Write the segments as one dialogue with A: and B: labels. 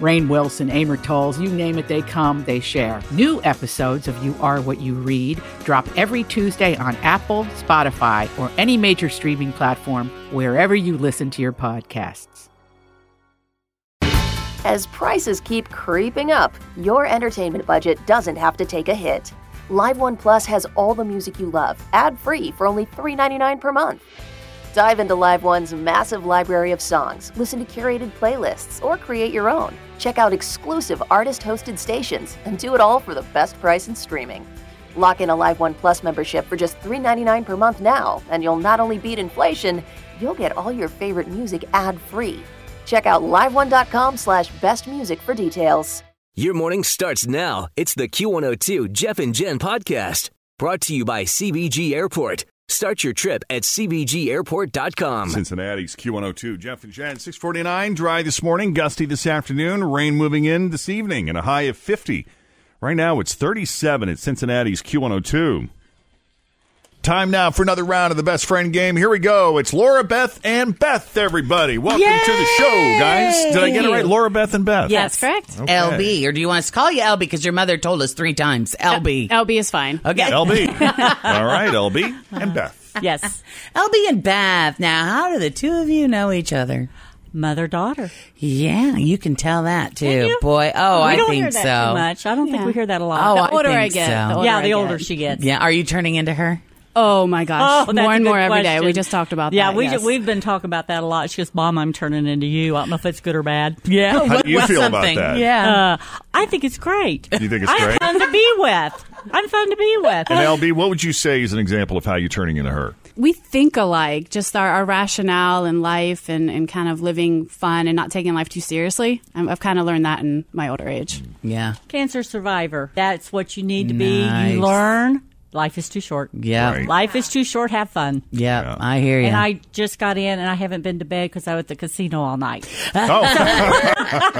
A: Rain Wilson, Amor Tolls, you name it, they come, they share. New episodes of You Are What You Read drop every Tuesday on Apple, Spotify, or any major streaming platform wherever you listen to your podcasts.
B: As prices keep creeping up, your entertainment budget doesn't have to take a hit. Live One Plus has all the music you love, ad free for only $3.99 per month. Dive into Live One's massive library of songs, listen to curated playlists, or create your own. Check out exclusive artist hosted stations and do it all for the best price in streaming. Lock in a Live One Plus membership for just $3.99 per month now, and you'll not only beat inflation, you'll get all your favorite music ad free. Check out liveone.com slash best music for details.
C: Your morning starts now. It's the Q102 Jeff and Jen podcast brought to you by CBG Airport. Start your trip at CBGAirport.com.
D: Cincinnati's Q102. Jeff and Jen, 649. Dry this morning, gusty this afternoon, rain moving in this evening, and a high of 50. Right now it's 37 at Cincinnati's Q102. Time now for another round of the best friend game. Here we go. It's Laura, Beth, and Beth, everybody. Welcome to the show, guys. Did I get it right? Laura, Beth, and Beth.
E: Yes, correct.
D: Okay.
F: LB, or do you want us to call you LB because your mother told us three times LB?
E: LB is fine.
F: okay.
D: LB. All right, LB and Beth.
E: Yes.
F: LB and Beth. Now, how do the two of you know each other?
E: Mother daughter.
F: Yeah, you can tell that too,
E: you?
F: boy. Oh,
E: we
F: I
E: don't
F: think
E: hear that
F: so.
E: too much. I don't think we hear that a lot.
F: Oh,
E: The
F: I
E: older
F: think
E: I get,
F: so.
E: the older yeah, the older she gets.
F: Yeah, are you turning into her?
G: Oh my gosh,
E: Oh, that's
G: more
E: a
G: and
E: good
G: more every day.
E: question.
G: We just talked about
E: yeah,
G: that.
E: we
G: yes.
E: ju- we've been talking about that a lot. She goes, "Mom, I'm turning into you." I don't know if it's good or bad. Yeah,
D: How do you
F: What's
D: feel
F: something?
D: about that?
F: Yeah.
E: uh, I think it's great.
D: You think it's
E: I'm
D: great?
E: fun to be with. I'm fun to be with.
D: And LB, what would you say is an example of how you're turning into her?
G: we think alike, just our, our rationale in life and, and kind of living fun and not taking life too seriously. I'm, I've kind of learned that in my older age.
F: yeah.
E: Cancer survivor. That's what you need to be.
F: Nice.
E: You learn. Life is too short.
F: Yeah.
D: Right.
E: Life is too short. Have fun.
F: Yeah.
D: Yeah.
F: I hear you.
E: And I just got in, and I haven't been to bed because I was at the casino all night.
D: Oh,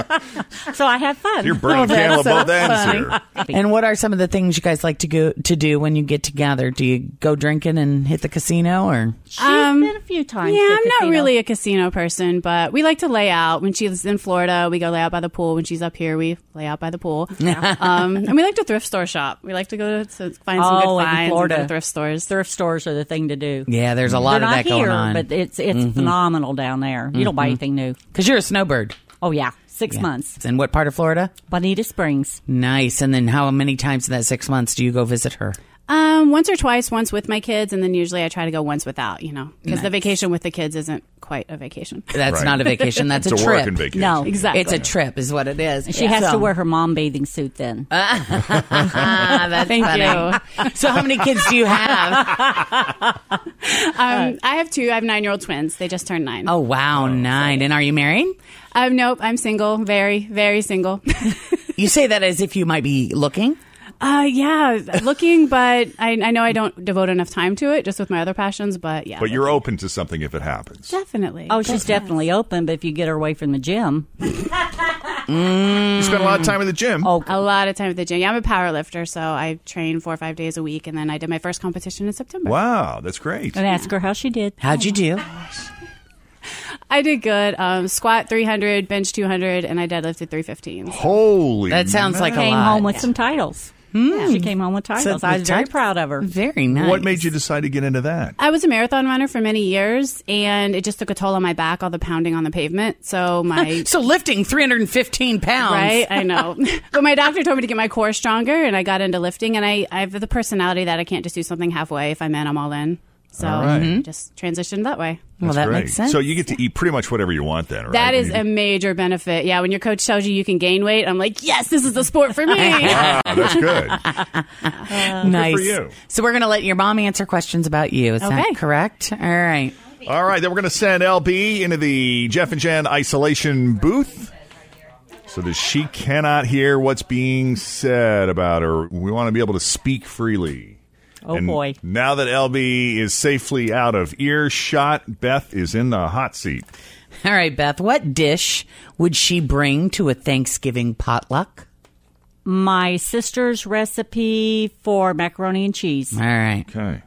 E: So I had fun.
D: you're burning candle both ends here.
F: And what are some of the things you guys like to go to do when you get together? Do you go drinking and hit the casino or
E: She's been a few times.
G: Um, Yeah,
E: to the
G: I'm not
E: casino.
G: really a casino person, but we like to lay out. When she's in Florida, we go lay out by the pool. When she's up here, we lay out by the pool. um, and we like to thrift store shop. We like to go to, to find some
E: Oh,
G: good
E: in
G: finds and go
E: Florida.
G: to thrift stores.
E: Thrift stores are the thing to do.
F: Yeah, there's a lot
E: They're
F: of
E: not
F: that
E: here,
F: going on. Mm-hmm.
E: but it's it's phenomenal down there. You don't buy anything new.
F: Cuz you're a snowbird.
E: Oh yeah, six months.
F: In what part of Florida?
E: Bonita Springs.
F: Nice. And then how many times in that 6 months do you go visit her?
G: Um, once or twice, once with my kids, and then usually I try to go once without, you know, because the vacation with the kids isn't quite a vacation.
F: That's
D: Right.
F: not a vacation, that's
D: It's a
F: trip.
D: working vacation.
E: No,
G: Exactly.
F: It's a trip, is what it is.
E: She has to wear her mom bathing suit then.
F: Uh, Ah, that's
G: Thank
F: funny.
G: you.
F: So, how many kids do you have?
G: Um, I have two. I have nine-year-old twins. They just turned nine.
F: Oh, wow, nine. And are you married?
G: Um, nope. I'm single. Very, very single.
F: You say that as if you might be looking.
G: uh, yeah, looking, but I, I know I don't devote enough time to it, just with my other passions. But yeah,
D: But you're open to something if it happens.
G: definitely.
E: oh, she's definitely open, but if you get her away from the gym,
D: You spend a lot of time at the
F: Mm-hmm.
D: gym.
E: oh,
G: a lot of time at the gym. Yeah, I'm a power lifter, so I train four or five days a week, and then I did my first competition in September.
D: Wow, that's great.
E: and ask her how she did.
F: How'd you do?
G: I did good. Um, squat 300, bench 200, and I deadlifted 315.
D: Holy.
F: That sounds like a
E: Came
F: lot.
E: home with some titles.
F: Hmm.
E: She came home with titles. I was very
F: titles.
E: proud of her.
F: Very nice.
D: What made you decide to get into that?
G: I was a marathon runner for many years, and it just took a toll on my back, all the pounding on the pavement. So my
F: So lifting 315 pounds.
G: right, I know. but my doctor told me to get my core stronger, and I got into lifting. And I, I have the personality that I can't just do something halfway. If I'm in, I'm all in. So
D: All right. Mhm.
G: just transitioned that way.
F: well, that
D: Great.
F: makes sense.
D: So you get to eat pretty much whatever you want then, right?
G: That is
D: You-
G: a major benefit. Yeah, when your coach tells you you can gain weight, I'm like, yes, this is the sport for me.
D: Wow, Ah, that's good.
F: Uh, nice.
D: you.
F: So we're going to let your mom answer questions about you. Is
G: Okay.
F: that correct? All right.
D: All right, then we're going to send LB into the Jeff and Jen isolation booth so that she cannot hear what's being said about her. We want to be able to speak freely.
E: Oh,
D: And
E: boy.
D: Now that LB is safely out of earshot, Beth is in the hot seat.
F: All right, Beth. What dish would she bring to a Thanksgiving potluck?
E: My sister's recipe for macaroni and cheese.
F: All right.
D: Okay.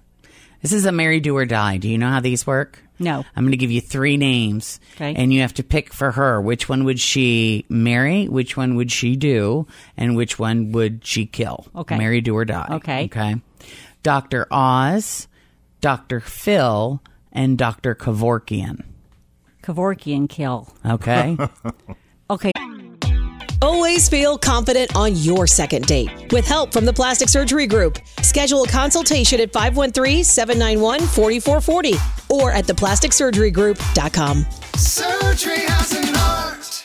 F: This is a marry, do, or die. Do you know how these work?
E: No.
F: I'm going to give you three names.
E: Okay.
F: And you have to pick for her which one would she marry, which one would she do, and which one would she kill.
E: Okay.
F: Marry, do, or die.
E: Okay.
F: Okay. Dr. Oz, Dr. Phil, and Dr. Kevorkian.
E: Kevorkian kill.
F: Okay.
E: Okay.
H: Always feel confident on your second date. With help from the Plastic Surgery Group, schedule a consultation at 513 791 4440 or at theplasticsurgerygroup.com.
I: Surgery has an art.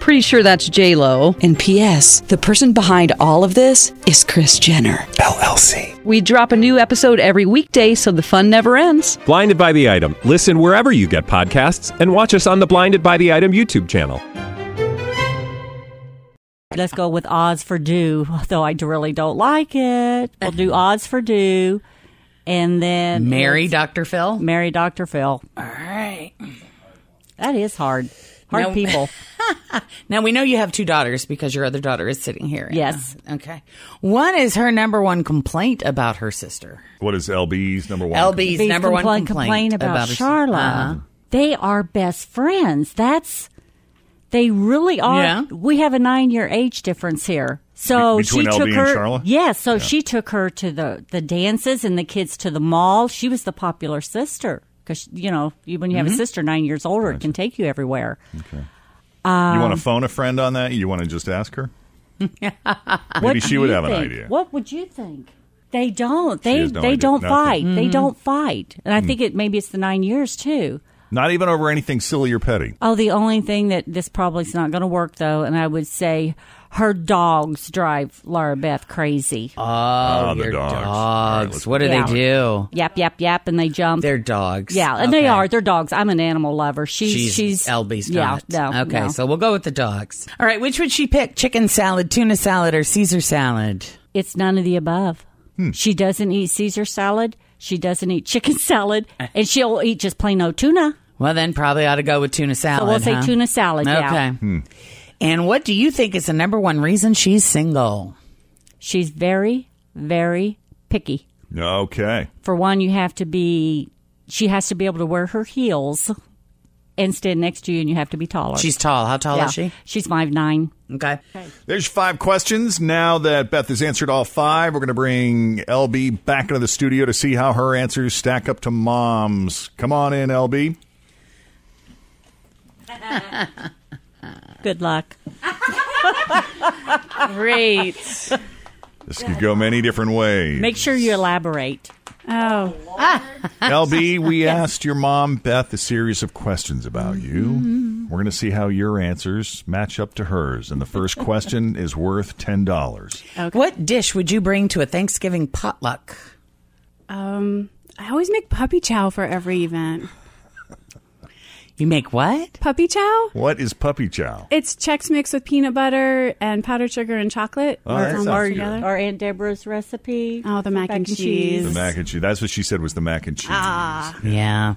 J: Pretty sure that's J Lo.
H: And P.S. The person behind all of this is Chris Jenner.
K: LLC.
J: We drop a new episode every weekday, so the fun never ends.
K: Blinded by the item. Listen wherever you get podcasts, and watch us on the Blinded by the Item YouTube channel.
E: Let's go with odds for do, though I really don't like it. We'll do odds for do, and then
F: marry Dr. Phil?
E: Mary Dr. Phil.
F: All right.
E: That is hard. Hard
F: No.
E: people.
F: Now we know you have two daughters because your other daughter is sitting here.
E: Yes.
F: Okay. What is her number one complaint about her sister?
D: What is LB's number one?
F: LB's
E: Please
F: number one
E: complain,
F: complaint,
E: complain about,
F: her-
E: Charla.
F: Uh-huh.
E: They are best friends. That's they really are.
F: Yeah.
E: We have a nine-year age difference here. So
D: Be- between
E: she
D: LB
E: took
D: and
E: her.
D: Charla?
E: Yeah, so she took her to the the dances and the kids to the mall. She was the popular sister because you know you- when you
F: Mm-hmm.
E: have a sister nine years older, it can take you everywhere.
D: you
F: Um,
D: want to phone a friend on that? You want to just ask her?
E: What
D: Maybe she
E: do
D: would
E: you
D: have an
E: think?
D: idea.
E: What would you think? They don't. They
D: has no
E: they
D: idea.
E: don't
D: Nothing. Mm-hmm.
E: fight. They
F: Mm-hmm.
E: don't fight. And I think it maybe it's the nine years too.
D: Not even over anything silly or petty.
E: Oh, the only thing that this probably is not going to work though, and I would say her dogs drive Laura Beth crazy.
F: Uh,
D: Ah, the
F: Oh, Your
D: dogs.
F: dogs.
D: All right, let's-
F: What do
E: Yeah.
F: they do?
E: Yap, yap, yap, and they jump.
F: They're dogs. Oh,
E: yeah, and
F: Okay.
E: they are. They're dogs. I'm an animal lover. She's
F: She's,
E: she's,
F: LB's
E: yeah,
F: not.
E: No,
F: okay,
E: no.
F: so we'll go with the dogs. All right, which would she pick? Chicken salad, tuna salad, or Caesar salad?
E: it's none of the above. She doesn't eat Caesar salad. She doesn't eat chicken salad, and she'll eat just plain old tuna.
F: Well, then probably ought to go with tuna salad.
E: So we'll say
F: huh?
E: tuna salad.
F: Okay.
E: Yeah.
F: And what do you think is the number one reason she's single?
E: She's very, very picky.
D: Okay.
E: For one, you have to be, she has to be able to wear her heels and stand next to you, and you have to be taller.
F: She's tall. How tall
E: Yeah.
F: is she?
E: She's five nine.
F: Okay.
D: There's your five questions. Now that Beth has answered all five, we're going to bring LB back into the studio to see how her answers stack up to mom's. Come on in, LB.
E: Good luck.
G: Great.
D: This could go many different ways.
E: Make sure you elaborate.
G: Oh,
D: LB, we asked your mom, Beth, a series of questions about you. We're going to see how your answers match up to hers. And the first question is worth $10.
F: What dish would you bring to a Thanksgiving potluck?
G: um, I always make puppy chow for every event.
F: You make what?
G: Puppy chow?
D: What is puppy chow?
G: It's Chex Mix with peanut butter and powdered sugar and chocolate.
D: Oh, that
G: Um,
D: sounds
G: or-
D: good.
G: together.
E: Or Aunt Deborah's recipe.
G: Oh, the mac and cheese.
D: The mac and cheese. That's what she said was the mac and cheese.
F: Yeah. Mm.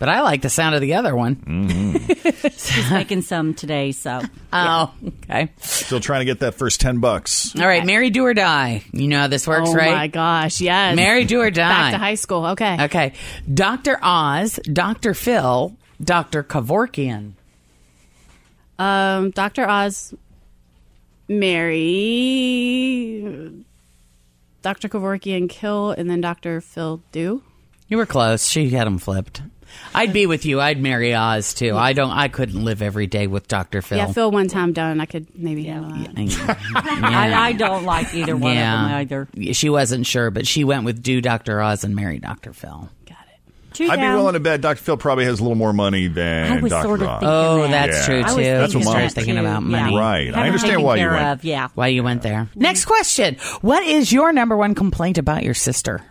F: But I like the sound of the other one.
E: She's making some today, so
F: Oh, okay.
D: Still trying to get that first 10 bucks.
F: All right, marry, do or die. You know how this works,
G: oh my
F: right?
G: gosh, yes.
F: Marry, do or die.
G: Back to high school. Okay.
F: Okay. Dr. Oz, Dr. Phil, Dr. Kevorkian.
G: Um, Dr. Oz, Mary, Dr. Kevorkian Kill and then Dr. Phil Do.
F: You were close. She had him flipped. I'd be with you. I'd marry Oz too. I don't. I couldn't live every day with Doctor Phil.
G: Yeah, Phil one time done. I could maybe handle that.
E: I, I don't like either one of them either.
F: She wasn't sure, but she went with do Doctor Oz and marry Doctor Phil.
D: I'd be
E: down.
D: willing to bet Dr. Phil probably has a little more money than
E: I was
D: Dr.
E: sort of
D: Oz.
E: thinking
F: Oh, that's true
D: Yeah.
F: too.
D: That's what
F: you
D: mom
F: start
D: was
F: thinking about
D: Yeah.
F: money.
D: Right. I understand why you went.
E: yeah.
F: Why you went there. Next question. What is your number one complaint about your sister?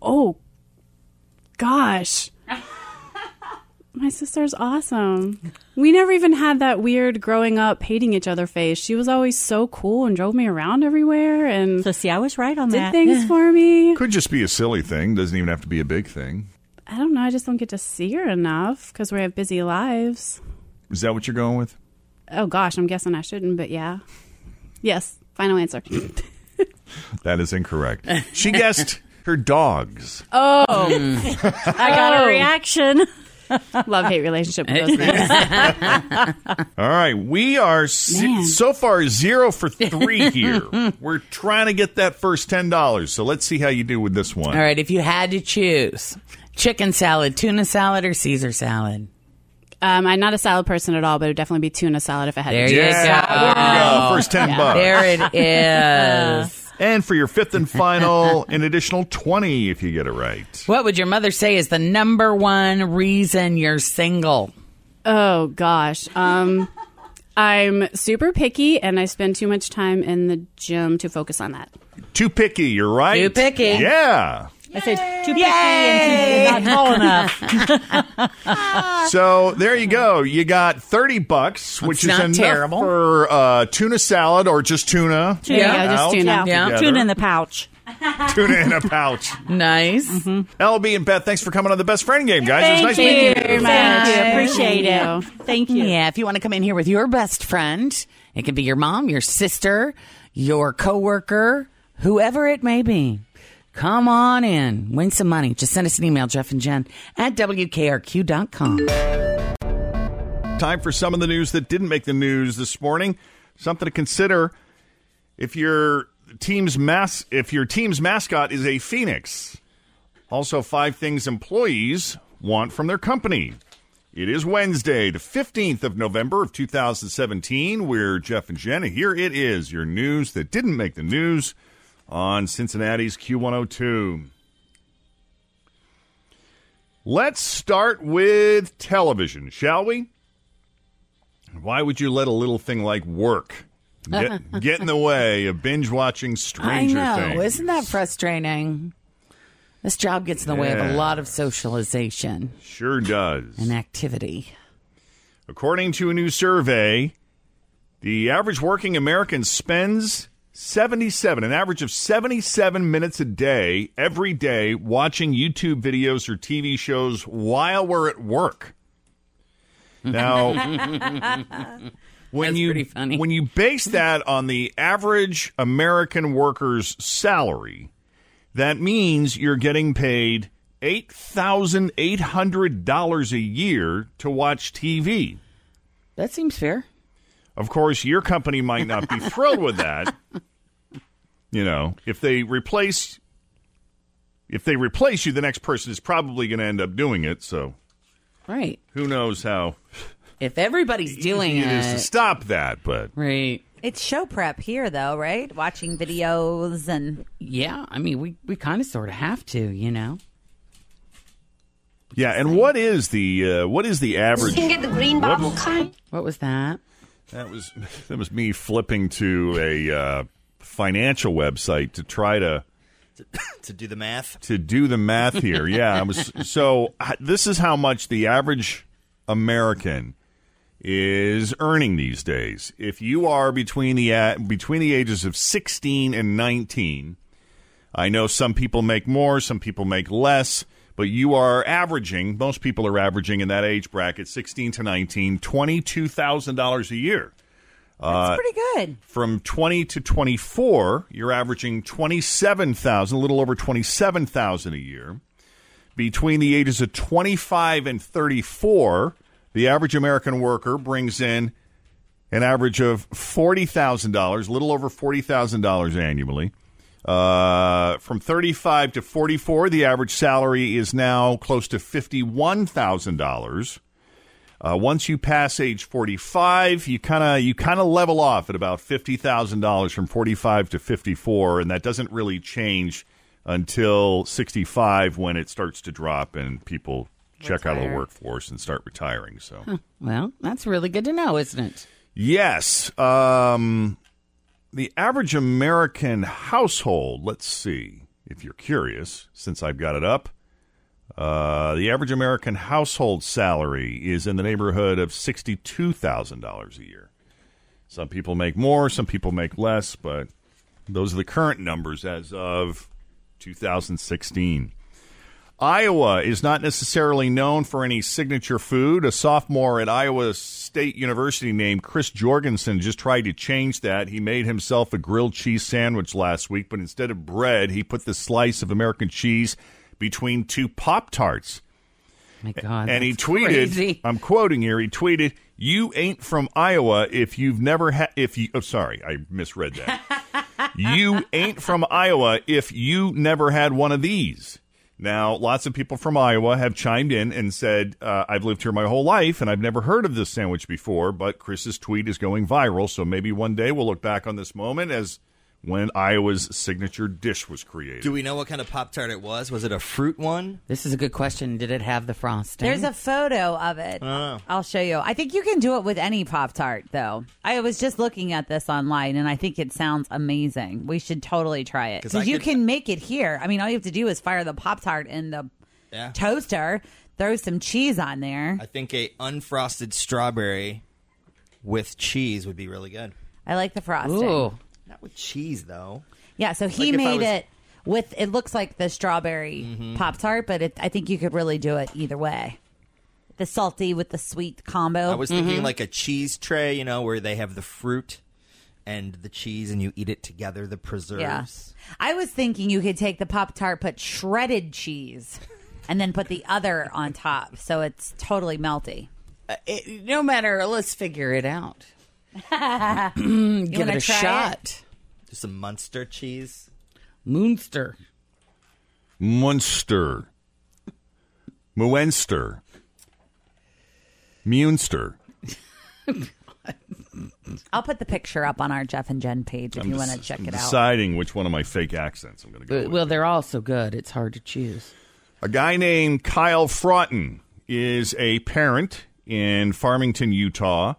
G: Oh, gosh. My sister's awesome. We never even had that weird growing up hating each other phase. She was always so cool and drove me around everywhere and
E: So see, I was right on
G: did
E: that.
G: things for me.
D: Could just be a silly thing. Doesn't even have to be a big thing.
G: I don't know. I just don't get to see her enough because we have busy lives.
D: Is that what you're going with?
G: Oh gosh, I'm guessing I shouldn't, but yeah. Yes, final answer.
D: That is incorrect. She guessed her dogs.
G: oh,
E: I got a reaction.
G: love hate Oh. relationship with those things.
D: All right, we are si-
G: Man.
D: so far zero for three here. We're trying to get that first ten dollars. So let's see how you do with this one.
F: All right, if you had to choose chicken salad, tuna salad, or Caesar salad.
G: Um, I'm not a salad person at all, but it would definitely be tuna salad if I had
F: There
G: to.
F: you
D: Yeah, there you go. First ten bucks.
F: There it is.
D: And for your fifth and final, an additional twenty if you get it right.
F: what would your mother say is the number one reason you're single?
G: Oh gosh. Um I'm super picky and I spend too much time in the gym to focus on that.
D: Too picky. You're right.
F: Too picky.
D: Yeah.
E: I said too picky and too- not tall enough.
D: So there you go. You got thirty bucks, which is
F: not
D: enough
F: terrible.
D: for uh, tuna salad or just tuna.
E: Tuna. Yeah,
G: just
D: Out.
G: tuna.
F: Yeah.
D: Together.
E: Tuna in the pouch.
D: tuna in a pouch.
F: Nice.
D: LB and Beth, thanks for coming on the best friend game, guys. it was nice meeting you.
G: very
E: Thank you. Appreciate it. Thank you.
F: Yeah, if you want to come in here with your best friend, it could be your mom, your sister, your coworker, whoever it may be. Come on in, win some money. Just send us an email, Jeff and Jen at WKRQ.com.
D: Time for some of the news that didn't make the news this morning. Something to consider if your team's mas- if your team's mascot is a phoenix. Also, five things employees want from their company. It is Wednesday, the 15th of November of 2017. We're Jeff and Jen. and Here it is, your news that didn't make the news on Cincinnati's Q102. Let's start with television, shall we? Why would you let a little thing like work get, get in the way of binge watching Stranger Things?
F: Isn't that frustrating? This job gets in the way of a
D: Yeah.
F: lot of socialization
D: Sure does.
F: and activity.
D: According to a new survey, the average working American spends 77, an average of 77 minutes a day, every day, watching YouTube videos or TV shows while we're at work. Now, when
F: That's
D: you
F: pretty funny.
D: when you base that on the average American worker's salary, that means you're getting paid eight thousand eight hundred dollars a year to watch TV.
F: That seems fair.
D: Of course, your company might not be thrilled with that. You know, if they replace if they replace you, the next person is probably going to end up doing it. So
F: Right.
D: who knows how
F: If everybody's doing
D: it is to stop that? But
F: Right.
L: It's show prep here, though, right? Watching videos and
F: Yeah, I mean, we, we kind of sort of have to, you know?
D: yeah, and what is the uh, what is the average? Whoops.
F: What was that?
D: That was that was me flipping to a uh, financial website to try to
M: to do the math.
D: to do the math here. Yeah, I was so h- this is how much the average American is earning these days. If you are between the a between the ages of 16 and 19, I know some people make more, some people make less, but you are averaging, most people are averaging in that age bracket 16 to 19, $22,000 a year. Uh,
L: it's pretty good.
D: From 20 to 24, you're averaging 27,000, a little over 27,000 a year. Between the ages of 25 and 34, the average American worker brings in an average of $40,000, a little over $40,000 annually. Uh, from 35 to 44, the average salary is now close to $51,000. Uh, once you pass age 45, you kind of you kind of level off at about $50,000 from 45 to 54 and that doesn't really change until 65 when it starts to drop and people check out of the
F: Retire.
D: workforce and start retiring. So
F: Huh. Well, that's really good to know, isn't it?
D: Yes. Um, the average American household, let's see if you're curious, since I've got it up. Uh, the average American household salary is in the neighborhood of $62,000 a year. Some people make more, some people make less, but those are the current numbers as of 2016. Iowa is not necessarily known for any signature food. A sophomore at Iowa State University named Chris Jorgensen just tried to change that. He made himself a grilled cheese sandwich last week, but instead of bread, he put the slice of American cheese between two Pop Tarts.
F: My God.
D: And he
F: that's
D: tweeted,
F: crazy.
D: I'm quoting here, he tweeted, "You ain't from Iowa if you've never had if you oh, sorry, I misread that. you ain't from Iowa if you never had one of these." Now, lots of people from Iowa have chimed in and said, uh, "I've lived here my whole life and I've never heard of this sandwich before, but Chris's tweet is going viral, so maybe one day we'll look back on this moment as when Iowa's signature dish was created."
M: Do we know what kind of Pop Tart it was? Was it a fruit one?
F: This is a good question. Did it have the frosting?
L: There's a photo of it.
M: Oh.
L: I'll show you. I think you can do it with any Pop Tart, though. I was just looking at this online, and I think it sounds amazing. We should totally try it
M: 'Cause
L: because
M: I
L: you
M: could-
L: can make it here. I mean, all you have to do is fire the Pop Tart in the
M: Yeah.
L: toaster, throw some cheese on there.
M: I think a unfrosted strawberry with cheese would be really good.
L: I like the frosting.
M: Not with cheese though.
L: Yeah, so he
M: Like if I
L: made
M: was-
L: it with it looks like the strawberry
M: Mhm.
L: pop tart, but it, I think you could really do it either way. The salty with the sweet combo.
M: I was thinking like a cheese tray, you know, where they have the fruit and the cheese and you eat it together, the preserves.
L: Yes. Mm-hmm. I was thinking you could take the pop tart, put shredded cheese, and then put the other on top, so it's totally melty.
F: It- no matter, let's figure it out.
L: Give
F: Give it a shot.
M: Just some Munster cheese.
F: Moonster.
D: Munster. Muenster. Munster.
L: I'll put the picture up on our Jeff and Jen page if you want to check
D: I'm
L: it out.
D: deciding which one of my fake accents I'm going to go with.
F: Well, they're all so good. It's hard to choose.
D: A guy named Kyle Froughton is a parent in Farmington, Utah,